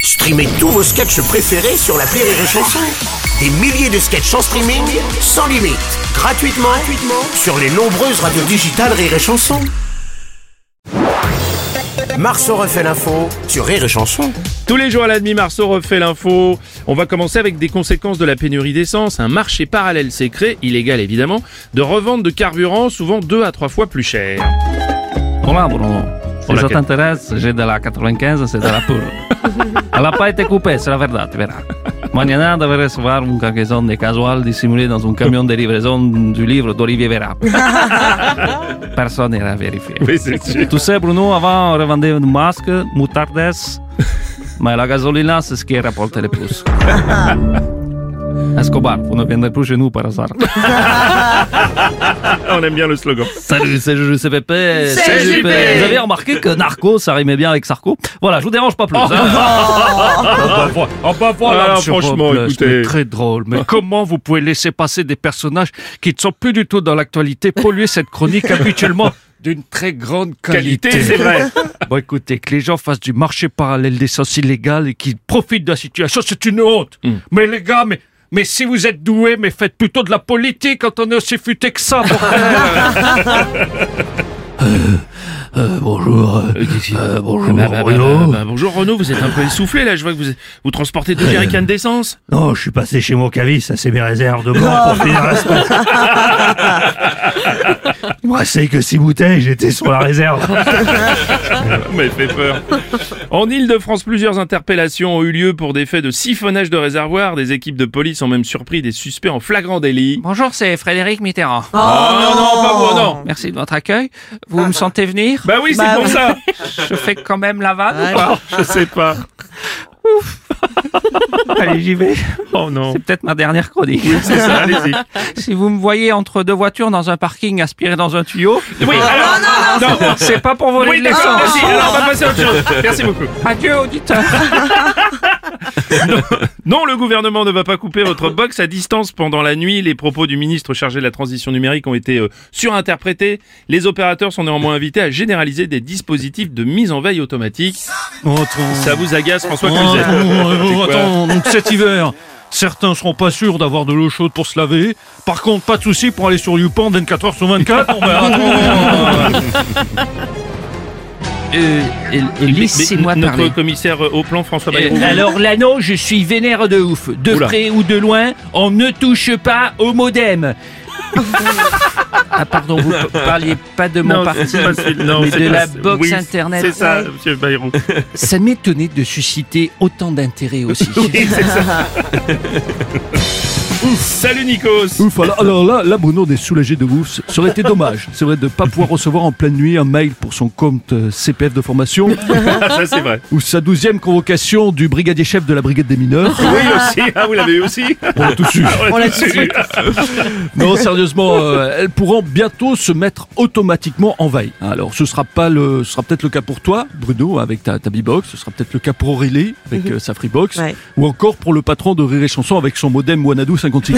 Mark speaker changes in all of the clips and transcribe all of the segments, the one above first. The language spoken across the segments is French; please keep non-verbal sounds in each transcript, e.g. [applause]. Speaker 1: Streamez tous vos sketchs préférés sur la Rire et Chanson. Des milliers de sketchs en streaming, sans limite, gratuitement, gratuitement sur les nombreuses radios digitales Rire et Chanson. Marceau refait l'info sur Rire et Chanson.
Speaker 2: Tous les jours à la demi-marceau refait l'info. On va commencer avec des conséquences de la pénurie d'essence. Un marché parallèle s'est créé, illégal évidemment, de revente de carburant souvent deux à trois fois plus cher.
Speaker 3: Comment, Bruno Si je
Speaker 2: laquelle
Speaker 3: t'intéresse, j'ai de la 95, c'est de la pure. Elle n'a pas été coupée, c'est la verdad, tu verras. Mañana devrait recevoir une cargaison de casual dissimulée dans un camion de livraison du livre d'Olivier Véra. Personne n'ira vérifier.
Speaker 2: Oui, c'est sûr.
Speaker 3: Tu sais, Bruno, avant, on revendait une masque, moutardes, mais la gasolina, c'est ce qui rapporte le plus. Escobar, vous ne viendrez plus chez nous par hasard.
Speaker 2: Ah, [laughs] On aime bien le slogan.
Speaker 3: Salut, c'est Juju CPP.
Speaker 4: Salut,
Speaker 3: JP.
Speaker 4: JP.
Speaker 3: Vous avez remarqué que Narco, ça rimait bien avec Sarko Voilà, je vous dérange pas plus.
Speaker 2: Oh,
Speaker 3: Ah, hein.
Speaker 2: Ah,
Speaker 3: Voilà,
Speaker 2: franchement,
Speaker 3: Europe, là,
Speaker 2: écoutez.
Speaker 3: c'est très drôle. bah, Mais comment vous pouvez laisser passer des personnages qui ne sont plus du tout dans l'actualité, polluer cette chronique habituellement d'une très grande qualité,
Speaker 2: Qualité, c'est vrai.
Speaker 3: Bon, écoutez, que les gens fassent du marché parallèle d'essence illégale et qu'ils profitent de la situation, c'est une honte.
Speaker 2: Mm.
Speaker 3: Mais les gars, mais, mais si vous êtes doués, mais faites plutôt de la politique quand on est aussi futé que ça, bordel. bonjour.
Speaker 5: euh,
Speaker 3: bonjour.
Speaker 2: Euh, Bah, bah, bah, bah, bah, bonjour Renaud, vous êtes un [laughs] peu essoufflé là, je vois que vous, vous transportez deux jerrycans d'essence.
Speaker 6: Non, je suis passé chez mon caviste, ça c'est mes réserves de bord pour finir la semaine. Il me restait que six bouteilles, j'étais sur la réserve.
Speaker 2: Mais fait peur. [laughs] En Ile-de-France, plusieurs interpellations ont eu lieu pour des faits de siphonnage de réservoirs. Des équipes de police ont même surpris des suspects en flagrant délit.
Speaker 3: Bonjour, c'est Frédéric Mitterrand.
Speaker 2: Oh, non, non, pas moi, non
Speaker 3: Merci de votre accueil. Vous me sentez venir
Speaker 2: Bah oui, c'est
Speaker 4: Bah,
Speaker 2: pour
Speaker 4: oui.
Speaker 2: ça
Speaker 3: Je fais quand même la vanne ou
Speaker 2: Ah, Je sais pas.
Speaker 3: pas Allez, j'y vais.
Speaker 2: Oh non.
Speaker 3: C'est peut-être ma dernière chronique.
Speaker 2: C'est ça, allez-y.
Speaker 3: Si vous me voyez entre deux voitures dans un parking aspiré dans un tuyau,
Speaker 2: Oui, alors, non, non,
Speaker 3: c'est pas pour voler
Speaker 2: Oui,
Speaker 3: de
Speaker 2: d'accord, Ah,
Speaker 3: l'essence.
Speaker 2: merci. Alors, bah, on va passer à autre chose. Merci beaucoup.
Speaker 3: Adieu, auditeur.
Speaker 2: Non, le gouvernement ne va pas couper votre box à distance pendant la nuit. Les propos du ministre chargé de la transition numérique ont été euh, surinterprétés. Les opérateurs sont néanmoins invités à généraliser des dispositifs de mise en veille automatique. Ça vous agace, François Cluzet C'est quoi
Speaker 5: attends, donc cet hiver, certains seront pas sûrs d'avoir de l'eau chaude pour se laver. Par contre, pas de souci pour aller sur YouPorn 24 h
Speaker 2: [laughs]
Speaker 5: sur 24.
Speaker 2: bah,
Speaker 3: Euh, Laissez-moi
Speaker 2: Mais notre
Speaker 3: parler.
Speaker 2: commissaire euh, au plan, François
Speaker 5: Euh,
Speaker 2: Bayrou.
Speaker 5: alors l'anneau, je suis vénère de ouf. De
Speaker 2: Oula.
Speaker 5: près ou de loin, on ne touche pas au modem.
Speaker 3: [laughs] Ah, pardon, vous parliez pas de mon
Speaker 2: non,
Speaker 3: parti.
Speaker 2: c'est pas celui- non,
Speaker 3: mais
Speaker 2: c'est
Speaker 3: de
Speaker 2: pas
Speaker 3: la
Speaker 2: ce-
Speaker 3: box
Speaker 2: oui,
Speaker 3: internet.
Speaker 2: C'est ça,
Speaker 3: Ouais.
Speaker 2: monsieur Bayrou.
Speaker 3: Ça m'étonnait de susciter autant d'intérêt aussi.
Speaker 2: Salut Nikos
Speaker 5: Ouf, [laughs] alors, alors là, là, Bruno, on est soulagé de ouf. Ça aurait été dommage, c'est vrai, de ne pas pouvoir recevoir en pleine nuit un mail pour son compte euh, CPF de formation
Speaker 6: [laughs]
Speaker 2: Ah, ça c'est vrai.
Speaker 5: ou sa douzième convocation du brigadier chef de la brigade des mineurs.
Speaker 2: Oui aussi, ah vous l'avez eu aussi
Speaker 5: On l'a tous eu.
Speaker 6: Ah
Speaker 3: Oh,
Speaker 2: On l'a tous eu.
Speaker 5: Non, sérieusement, euh, elles pourront bientôt se mettre automatiquement en veille. Hein, Alors, ce sera pas le, ce sera peut-être le cas pour toi, Bruno, avec ta, ta B-Box. Ce sera peut-être le cas pour Aurélie, avec euh, sa Freebox.
Speaker 4: Ouais.
Speaker 5: Ou encore pour le patron de Rire et Chanson avec son modem Wanadu 56K.
Speaker 2: Il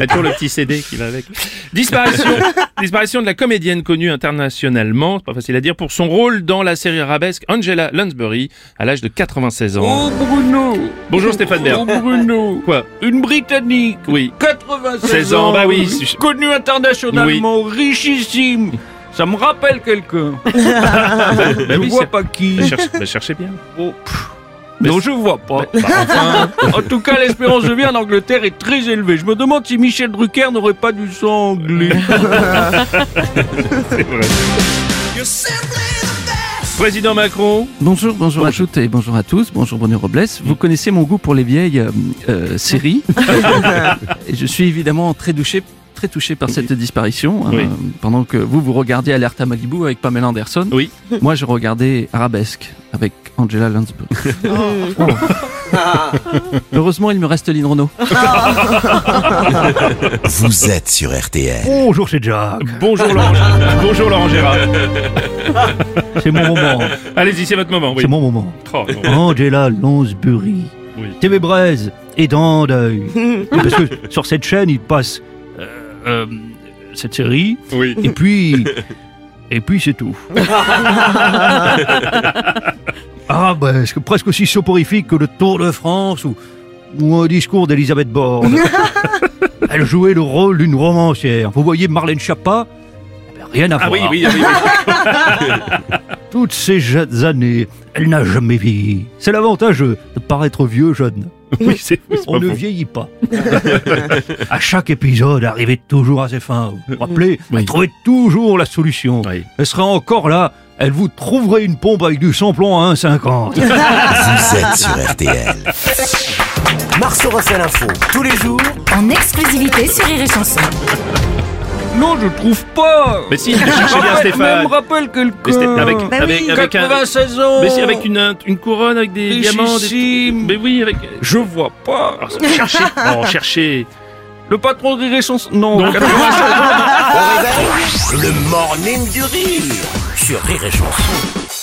Speaker 2: y a toujours le petit CD qui va avec. Disparition, disparition de la comédienne connue internationalement, c'est pas facile à dire, pour son rôle dans la série arabesque Angela Lansbury à l'âge de 96 ans.
Speaker 7: Oh Bruno
Speaker 2: Bonjour Stéphane
Speaker 7: Oh
Speaker 2: Bern.
Speaker 7: Bruno
Speaker 2: Quoi
Speaker 7: Une Britannique
Speaker 2: Oui.
Speaker 7: 96
Speaker 2: 16 ans, bah oui, je-
Speaker 7: Connue internationalement, richissime Ça me rappelle quelqu'un
Speaker 2: [laughs] Bah
Speaker 7: Je
Speaker 2: oui,
Speaker 7: vois
Speaker 2: c'est-
Speaker 7: pas qui
Speaker 2: bah, cherche- bah, cherchez bien.
Speaker 7: Oh, pff. Non, je vois pas
Speaker 2: Bah, enfin.
Speaker 7: [laughs] En tout cas, l'espérance de vie en Angleterre est très élevée Je me demande si Michel Drucker n'aurait pas du sang
Speaker 3: [laughs]
Speaker 7: anglais
Speaker 2: Président Macron.
Speaker 3: Bonjour, bonjour à toutes et bonjour à tous. Bonjour Bruno Robles. Vous connaissez mon goût pour les vieilles euh, euh, séries.
Speaker 7: [laughs]
Speaker 3: et je suis évidemment très touché, très touché par cette disparition. hein,
Speaker 2: Oui.
Speaker 3: pendant que vous, vous regardiez Alerta Malibu avec Pamela Anderson.
Speaker 2: Oui.
Speaker 3: Moi, je regardais Arabesque avec Angela Lansbury. Oh. Heureusement, il me reste Lynn Renault.
Speaker 1: Vous êtes sur RTL.
Speaker 6: [laughs] Bonjour chez Jack.
Speaker 2: Bonjour Laurent. Bonjour Laurent Gérard.
Speaker 6: C'est mon moment.
Speaker 2: Allez-y, c'est votre moment. Oui.
Speaker 6: C'est mon moment.
Speaker 2: Oh, non.
Speaker 6: Angela Lansbury.
Speaker 2: Oui.
Speaker 6: TV Braise et dans l'œil. Parce que sur cette chaîne, il passe euh, euh, cette série
Speaker 2: Oui.
Speaker 6: et puis. Et puis c'est tout.
Speaker 3: Ah, ben, c'est presque aussi soporifique que le Tour de France ou, ou un discours d'Elisabeth Borne. Elle jouait le rôle d'une romancière. Vous voyez Marlène Schiappa Ben, Rien à
Speaker 2: Ah
Speaker 3: voir.
Speaker 2: oui, oui, oui, oui.
Speaker 3: [laughs] Toutes ces jeunes années, elle n'a jamais vieilli. C'est l'avantage de paraître vieux jeune.
Speaker 2: [laughs] Oui, c'est oui, c'est
Speaker 3: On
Speaker 2: pas
Speaker 3: ne
Speaker 2: faux.
Speaker 3: vieillit pas. [laughs] à chaque épisode, arrivait toujours à ses fins. Vous vous rappelez, elle trouvait toujours la solution.
Speaker 2: Oui.
Speaker 3: Elle sera encore là. Elle vous trouverait une pompe avec du samplon à 1,50.
Speaker 1: Vous êtes sur RTL. Marceau refait l'info tous les jours
Speaker 4: En exclusivité sur Rire et Chanson.
Speaker 8: Non, je trouve pas.
Speaker 2: Mais si, mais cherchez bien
Speaker 8: même
Speaker 2: Stéphane.
Speaker 8: rappelle
Speaker 2: Mais Sté-
Speaker 8: quelqu'un.
Speaker 2: avec,
Speaker 4: Bah
Speaker 2: avec,
Speaker 4: oui.
Speaker 2: avec un.
Speaker 8: 96 ans.
Speaker 2: Mais si, avec une, une couronne, avec des diamants. Des...
Speaker 8: Richissime.
Speaker 2: Mais oui, avec.
Speaker 8: Je vois pas.
Speaker 2: [laughs] Cherchez. Oh, cherchez.
Speaker 8: Le patron de Rire et Chanson. Non.
Speaker 1: Ah. au réveil. Le morning du rire sur Rire et Chanson.